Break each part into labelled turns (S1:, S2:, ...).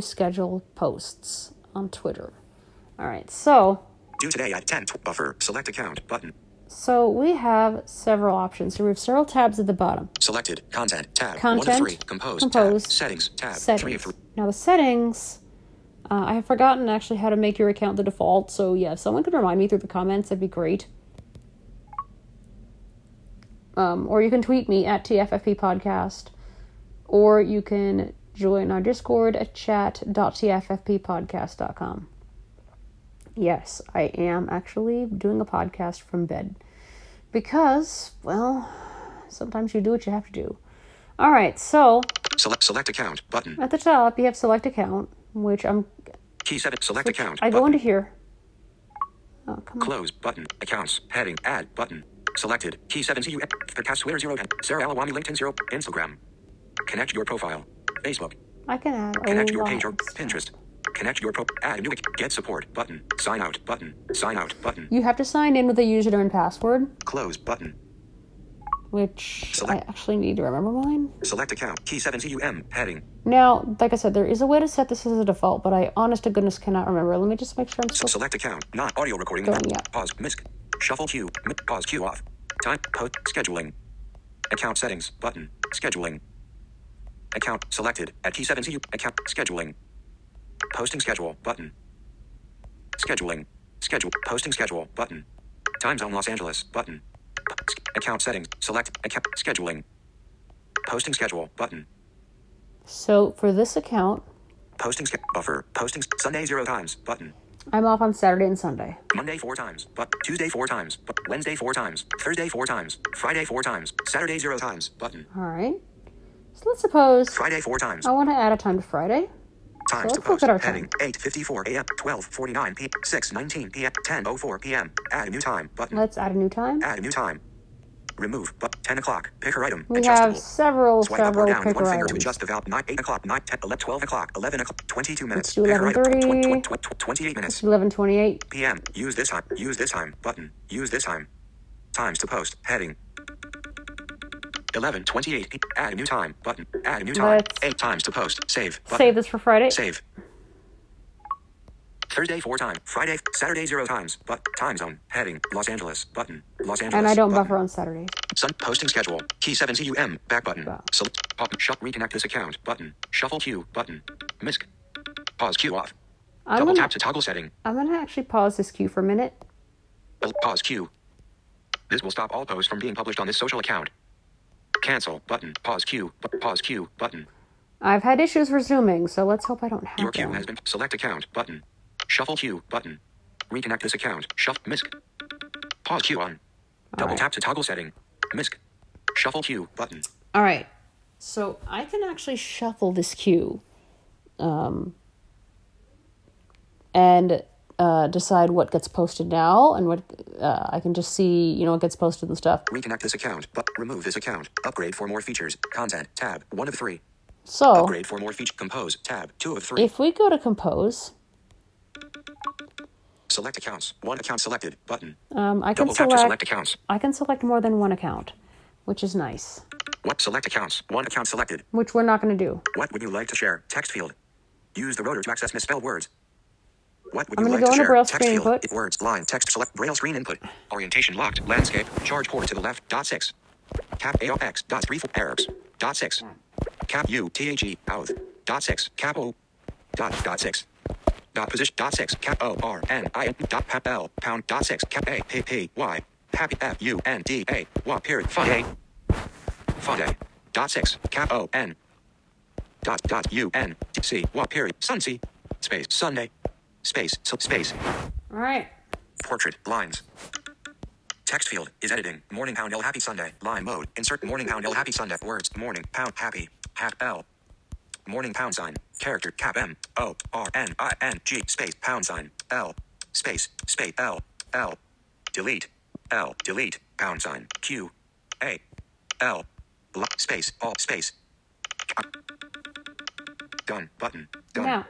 S1: schedule posts on Twitter. All right, so.
S2: Do today at 10 tw- buffer. Select account button.
S1: So we have several options. Here we have several tabs at the bottom.
S2: Selected content tab.
S1: Content.
S2: One of three. Compose.
S1: compose,
S2: Tab. Settings. Tab. Three
S1: Settings.
S2: of three.
S1: Now the settings. Uh, I have forgotten actually how to make your account the default. So yeah, if someone could remind me through the comments, that'd be great. Um, or you can tweet me at TFFP Podcast, or you can join our Discord at chat.tffppodcast.com. Yes, I am actually doing a podcast from bed. Because, well, sometimes you do what you have to do. All right, so
S2: Select select account button.
S1: at the top you have select account, which I'm
S2: Key seven. Select
S1: which
S2: account.
S1: I go
S2: button.
S1: into here. Oh, come on.
S2: Close button. Accounts. Heading. Add button. Selected. Key seven. CU. Podcast. Twitter zero. Sarah Alawani. E. LinkedIn zero. Instagram. Connect your profile. Facebook.
S1: I can add a
S2: Connect your
S1: lot.
S2: page or Pinterest. Connect your pro. Add new. ac- Get support button. Sign out button. Sign out button.
S1: You have to sign in with a username and password,
S2: Close button.
S1: which
S2: Select-
S1: I actually need to remember mine.
S2: Select account. Key seven. CUM. Heading.
S1: Now, like I said, there is a way to set this as a default, but I honest to goodness cannot remember. Let me just make sure I'm still
S2: Select account. Not audio recording.
S1: Going up.
S2: Pause. Misc. Shuffle queue. Mi- Pause queue off. Time. Post. Scheduling. Account settings. Button. Scheduling. Account selected. At key 7 CU. Account. Scheduling. Posting schedule. Button. Scheduling. Schedule. Posting schedule. Button. Time zone Los Angeles. Button. S- Account settings. Select. Account. Scheduling. Posting schedule. Button.
S1: So for this account,
S2: Posting sch- buffer. Posting s- Sunday zero times. Button.
S1: I'm off on Saturday and Sunday.
S2: Monday four times, but Tuesday four times, but Wednesday four times, Thursday four times, Friday four times, Saturday zero times, button.
S1: All right. So let's suppose
S2: Friday four times.
S1: I want to add a time to Friday.
S2: times to
S1: let's look
S2: post.
S1: at our
S2: Heading 8:54 a.m., 12:49 p.m., 6:19 p.m., 10:04 p.m. Add a new time button.
S1: Let's add a new time.
S2: Add a new time. Remove but 10 o'clock. Picker item.
S1: We have
S2: adjustable.
S1: several,
S2: Swipe up or
S1: several
S2: down with
S1: picker
S2: one finger to
S1: items.
S2: adjust the valve. 9, 8 o'clock, 9, 10, 11, 12 o'clock, 11 o'clock, 22 minutes.
S1: do
S2: Picker item.
S1: 11:30.
S2: 28 minutes.
S1: 11:28.
S2: PM. Use this time. Use this time button. Use this time. Times to post. Heading. 11:28. p- Add new time button. Add new time.
S1: Let's-
S2: Eight times to post. Save button.
S1: Save this for Friday.
S2: Save. Thursday four time. Friday. Saturday zero times. But time zone. Heading. Los Angeles button. Los Angeles.
S1: And I don't
S2: button.
S1: buffer on Saturday.
S2: Sun posting schedule. Key 7 CUM. Back button.
S1: Wow.
S2: Select pop shut reconnect this account button. Shuffle queue button. Misc. Pause queue off.
S1: I'm
S2: Double
S1: gonna,
S2: tap to toggle setting.
S1: I'm gonna actually pause this queue for a minute.
S2: Well, Pause queue. This will stop all posts from being published on this social account. Cancel button. Pause queue. Bu- pause queue button.
S1: I've had issues resuming, so let's hope I don't
S2: Your
S1: have
S2: queue has
S1: them.
S2: been select account button. Shuffle queue button. Reconnect this account. Shuffle misc. Pause queue on. Double
S1: right.
S2: tap to toggle setting. Misc. Shuffle queue button.
S1: All right. So I can actually shuffle this queue, um, and uh, decide what gets posted now, and what uh, I can just see, you know, what gets posted and stuff.
S2: Reconnect this account. But remove this account. Upgrade for more features. Content tab. One of three.
S1: So
S2: Upgrade for more feature. Compose tab. Two of three.
S1: if we go to compose,
S2: select accounts. One account selected button.
S1: um, I can
S2: Double tap to select
S1: select.
S2: accounts.
S1: I can select more than one account, which is nice.
S2: What select accounts? One account selected.
S1: Which we're not going to do.
S2: What would you like to share? Text field. Use the rotor to access misspelled words. What would
S1: I'm
S2: you
S1: gonna go
S2: like to
S1: into
S2: share?
S1: Braille
S2: text
S1: screen
S2: field.
S1: input.
S2: Words. Line. Text. Select. Braille screen input. Orientation locked. Landscape. Charge port to the left. Dot six. Cap AOX. Dot three four Arabs. Dot six. Cap U T H E out. Dot six. Cap O. Dot dot six. Dot position. Dot six. Cap O R N I N. Dot pap L pound. Dot six. Cap A P P Y. Happy F U N D A. What period? Fun A. Fun A. Dot six. Cap O N dot dot u n t c what period sun c space Sunday space so space
S1: All right.
S2: portrait lines text field is editing morning pound l happy Sunday line mode insert morning pound l happy Sunday words morning pound happy hat l morning pound sign character cap m o r n i n g space pound sign l space space l l delete l delete pound sign q a l Lo- space all space Done. Button. Done.
S1: Now,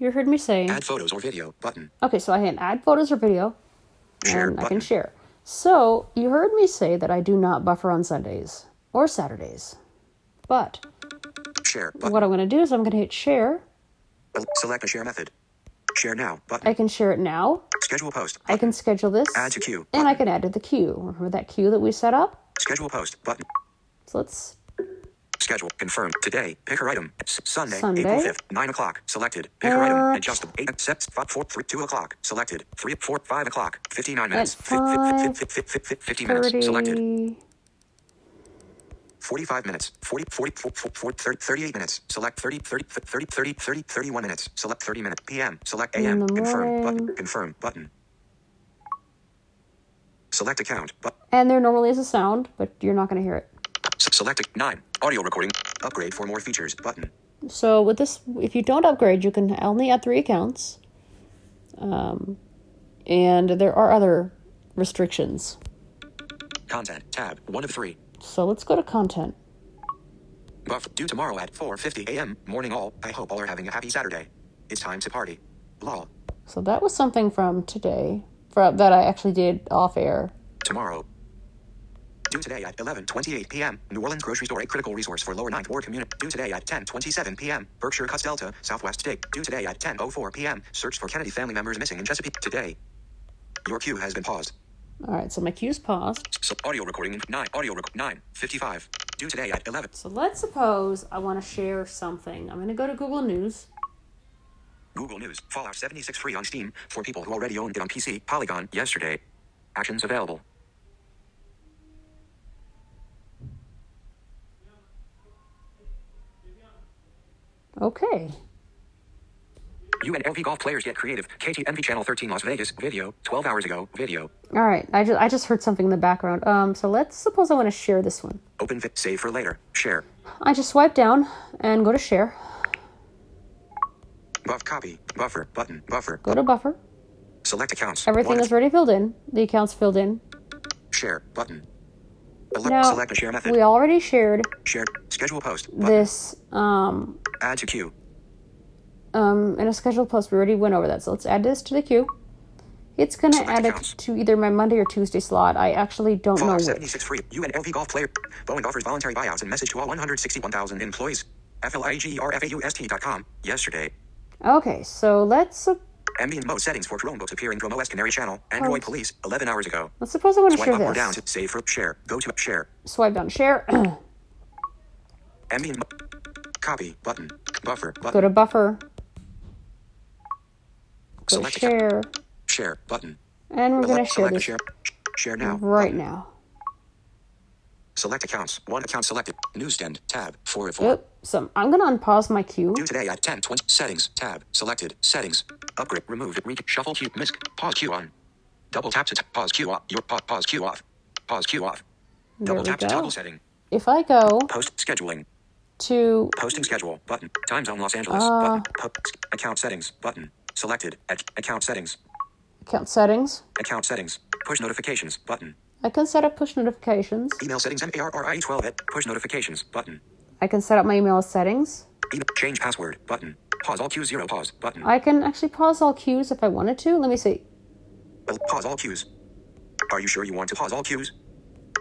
S1: you heard me saying.
S2: Add photos or video. Button.
S1: Okay, so I can add photos or video,
S2: Share.
S1: and I
S2: Button.
S1: can share. So you heard me say that I do not buffer on Sundays or Saturdays, but
S2: Share. Button.
S1: what I'm going to do is I'm going to hit share.
S2: Select a share method. Share now. Button.
S1: I can share it now.
S2: Schedule post.
S1: I can schedule this.
S2: Add to queue.
S1: And I can add to the queue. Remember that queue that we set up?
S2: Schedule post. Button.
S1: So let's
S2: Schedule. Confirmed. Today. Pick her item. S- Sunday,
S1: Sunday.
S2: April 5th. 9 o'clock. Selected. Pick her
S1: Uh,
S2: item. Adjust. 8. Sets. 5, 4, 3, 2 o'clock. Selected. 3, 4, 5 o'clock. 59 minutes. Fi- fi- fi- fi- fi- fi- fi- 50 minutes. Selected.
S1: 30.
S2: 45 minutes. 40, 40, 40, 40, 30, 38 minutes. Select 30, 30, 30, 30, 30, 31 minutes. Select 30 minutes. PM. Select
S1: In
S2: AM.
S1: the
S2: Confirm.
S1: morning.
S2: Button. Confirm. Button. Select account. But
S1: And there normally is a sound, but you're not going to hear it.
S2: S- select ac- 9. Audio recording. Upgrade for more features. Button.
S1: So with this, if you don't upgrade, you can only add three accounts, um, and there are other restrictions.
S2: Content. Tab. 1 of 3.
S1: So let's go to content.
S2: Buff due tomorrow at 4:50 a.m. Morning all. I hope all are having a happy Saturday. It's time to party. Lol.
S1: So that was something from today, from, that I actually did off air.
S2: Tomorrow. Due today at 11:28 p.m. New Orleans grocery store a critical resource for lower ninth ward community. Due today at 10:27 p.m. Berkshire Cuts Delta, Southwest State. Due today at 10:04 p.m. Search for Kennedy family members missing in Chesapeake today. Your queue has been paused.
S1: All right, so my cue's paused.
S2: So audio recording in 9 audio rec- 9:55. Due today at 11.
S1: So let's suppose I want to share something. I'm going to go to Google News.
S2: Google News. Fallout 76 free on Steam for people who already owned it on PC. Polygon yesterday. Actions available.
S1: Okay.
S2: UNLV golf players get creative. KTNV Channel 13 Las Vegas video 12 hours ago video.
S1: All right. I just I just heard something in the background. Um. So let's suppose I want to share this one.
S2: Open vi- save for later. Share.
S1: I just swipe down and go to share.
S2: Buff copy buffer button buffer.
S1: Go to buffer.
S2: Select accounts.
S1: Everything
S2: One
S1: is already filled in. The account's filled in.
S2: share button. Alert,
S1: Now
S2: select a share method.
S1: we already shared
S2: share schedule post. Button.
S1: this um
S2: Add to queue.
S1: um in a scheduled post. We already went over that, so let's add this to the queue. It's gonna
S2: Select
S1: add
S2: accounts.
S1: it to either my Monday or Tuesday slot. I actually don't know
S2: Fallout
S1: which.
S2: 76 free. UNLV golf player. Boeing offers voluntary buyouts and message to all 161,000 employees. E FLIGERFAUST.com. Yesterday.
S1: Okay, so let's uh,
S2: Ambient mode settings for Chromebooks appear in Chrome OS Canary Channel. Android Police 11 hours ago.
S1: let's suppose I want to
S2: Swipe
S1: share
S2: up or down
S1: Oh. this.
S2: to save for share. Go to share.
S1: Swipe down, share.
S2: Ambient mo- copy button buffer
S1: go
S2: button
S1: to buffer. Go to
S2: Select account.
S1: share,
S2: share button.
S1: and we're gonna
S2: Select,
S1: share
S2: select
S1: this Mm-hmm.
S2: share sh- share now.
S1: right
S2: button.
S1: now.
S2: Select accounts. One account selected. Newsstand tab four of four.
S1: Oop. So I'm gonna unpause my queue.
S2: Due today at 10:20. Settings tab selected. Settings upgrade removed. Re- shuffle queue misc. Pause queue on. Double tap to t- pause queue off. Your pause pause queue off. Pause queue off.
S1: There
S2: Double
S1: we
S2: tap to
S1: go.
S2: toggle setting.
S1: If I go
S2: Post scheduling.
S1: to
S2: Posting schedule button. Time zone Los Angeles
S1: Ah.
S2: button. Po- account settings button. Selected. Ac- account settings.
S1: account settings,
S2: Account settings. Push notifications button.
S1: I can set up push notifications.
S2: Email settings MARRIE12 at push notifications button.
S1: I can set up my email settings.
S2: Email change password button. Pause all queues zero pause button.
S1: I can actually pause all queues if I wanted to. Let me see.
S2: Well, Pause all queues. Are you sure you want to pause all queues?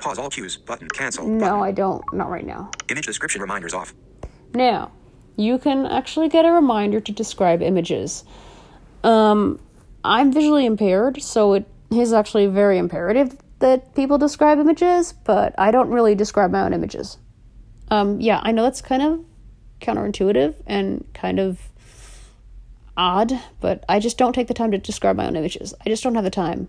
S2: Pause all queues button. Cancel.
S1: No,
S2: Button.
S1: I don't. Not right now.
S2: Image description reminders off.
S1: Now, you can actually get a reminder to describe images. Um, I'm visually impaired, so it is actually very imperative that people describe images, but I don't really describe my own images. Um, yeah, I know that's kind of counterintuitive and kind of odd, but I just don't take the time to describe my own images. I just don't have the time.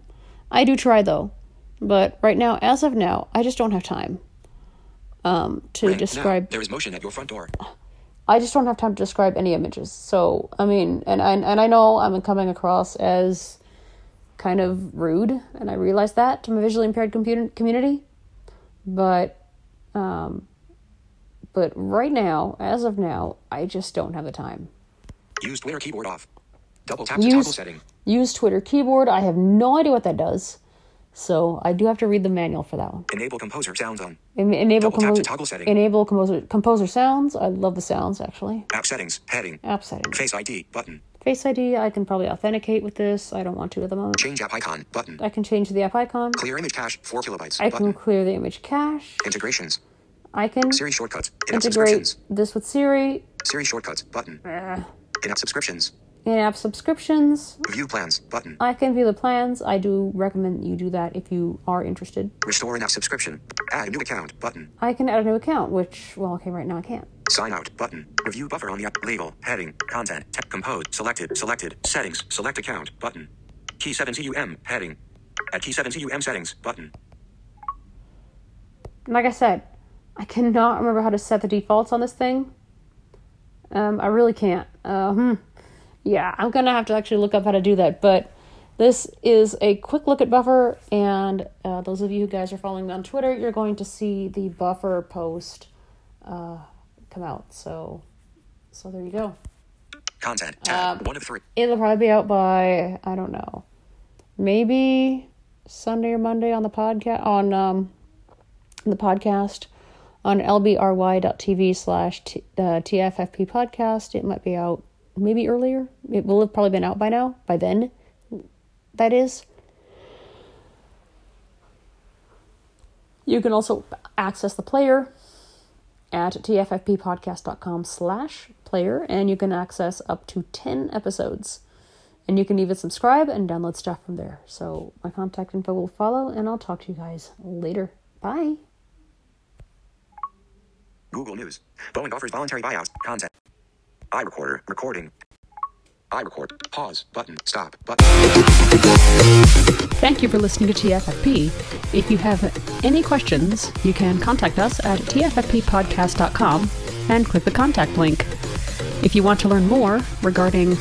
S1: I do try though, but right now, as of now, I just don't have time um, to
S2: Ring.
S1: describe
S2: Now, there is motion at your front door.
S1: I just don't have time to describe any images. So I mean, and I, and I know I'm coming across as kind of rude, and I realize that to my visually impaired compu- community, but um, but right now, as of now, I just don't have the time.
S2: Use Twitter keyboard off. Double tap to toggle
S1: Use
S2: setting.
S1: use Twitter keyboard. I have no idea what that does. So I do have to read the manual for that one.
S2: Enable composer sounds on.
S1: En- enable
S2: Double tap
S1: compo-
S2: to toggle setting.
S1: enable composer composer sounds. I love the sounds actually.
S2: App settings. Heading.
S1: App settings.
S2: Face ID button.
S1: Face ID. I can probably authenticate with this. I don't want to at the moment.
S2: Change app icon button.
S1: I can change the app icon.
S2: Clear image cache. Four kilobytes
S1: I can
S2: button.
S1: clear the image cache.
S2: Integrations.
S1: I can
S2: Siri shortcuts. In-app
S1: integrate
S2: subscriptions.
S1: this with Siri.
S2: Siri shortcuts button.
S1: Uh.
S2: In-app subscriptions.
S1: In-app subscriptions.
S2: View plans button.
S1: I can view the plans. I do recommend you do that if you are interested.
S2: Restore in-app subscription. Add a new account button.
S1: I can add a new account, which well, okay, right now I can't.
S2: Sign out button. Review buffer on the app. Label. Heading. Content. Te- compose. Selected. Selected. Settings. Select account button. Key 7 CUM heading. At key 7 CUM settings button.
S1: like I said, I cannot remember how to set the defaults on this thing. Um, I really can't. Uh, hmm. Yeah, I'm gonna have to actually look up how to do that. But this is a quick look at Buffer, and uh, those of you who guys are following me on Twitter, you're going to see the Buffer post uh, come out. So, so there you go.
S2: Content.
S1: Uh.
S2: Tab. one of three.
S1: It'll probably be out by I don't know, maybe Sunday or Monday on the podcast on um the podcast on lbry.tv slash t- uh, tffp podcast. It might be out maybe earlier. It will have probably been out by now. By then, that is. You can also access the player at tffppodcast.com slash player and you can access up to 10 episodes and you can even subscribe and download stuff from there so my contact info will follow and i'll talk to you guys later bye
S2: Google News. Boeing offers voluntary buyouts. Content. iRecorder. Recording. iRecord. Pause. Button. Stop. Button.
S1: Thank you for listening to TFFP. If you have any questions, you can contact us at tffppodcast.com and click the contact link. If you want to learn more regarding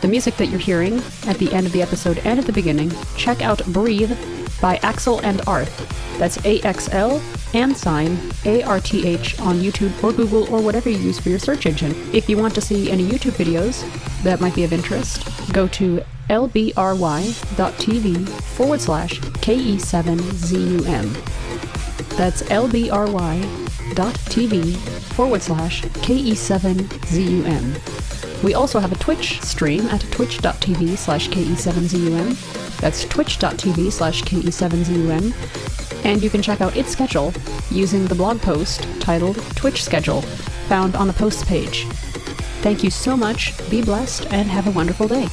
S1: the music that you're hearing at the end of the episode and at the beginning, check out Breathe by Axel and Arth. That's A X L and sign A R T H on YouTube or Google or whatever you use for your search engine. If you want to see any YouTube videos that might be of interest, go to lbry.tv forward slash E KE7ZUM. That's lbry.tv forward slash E KE7ZUM. We also have a Twitch stream at twitch.tv slash E KE7ZUM. That's twitch.tv slash E KE7ZUM. And you can check out its schedule using the blog post titled Twitch Schedule, found on the posts page. Thank you so much, be blessed, and have a wonderful day.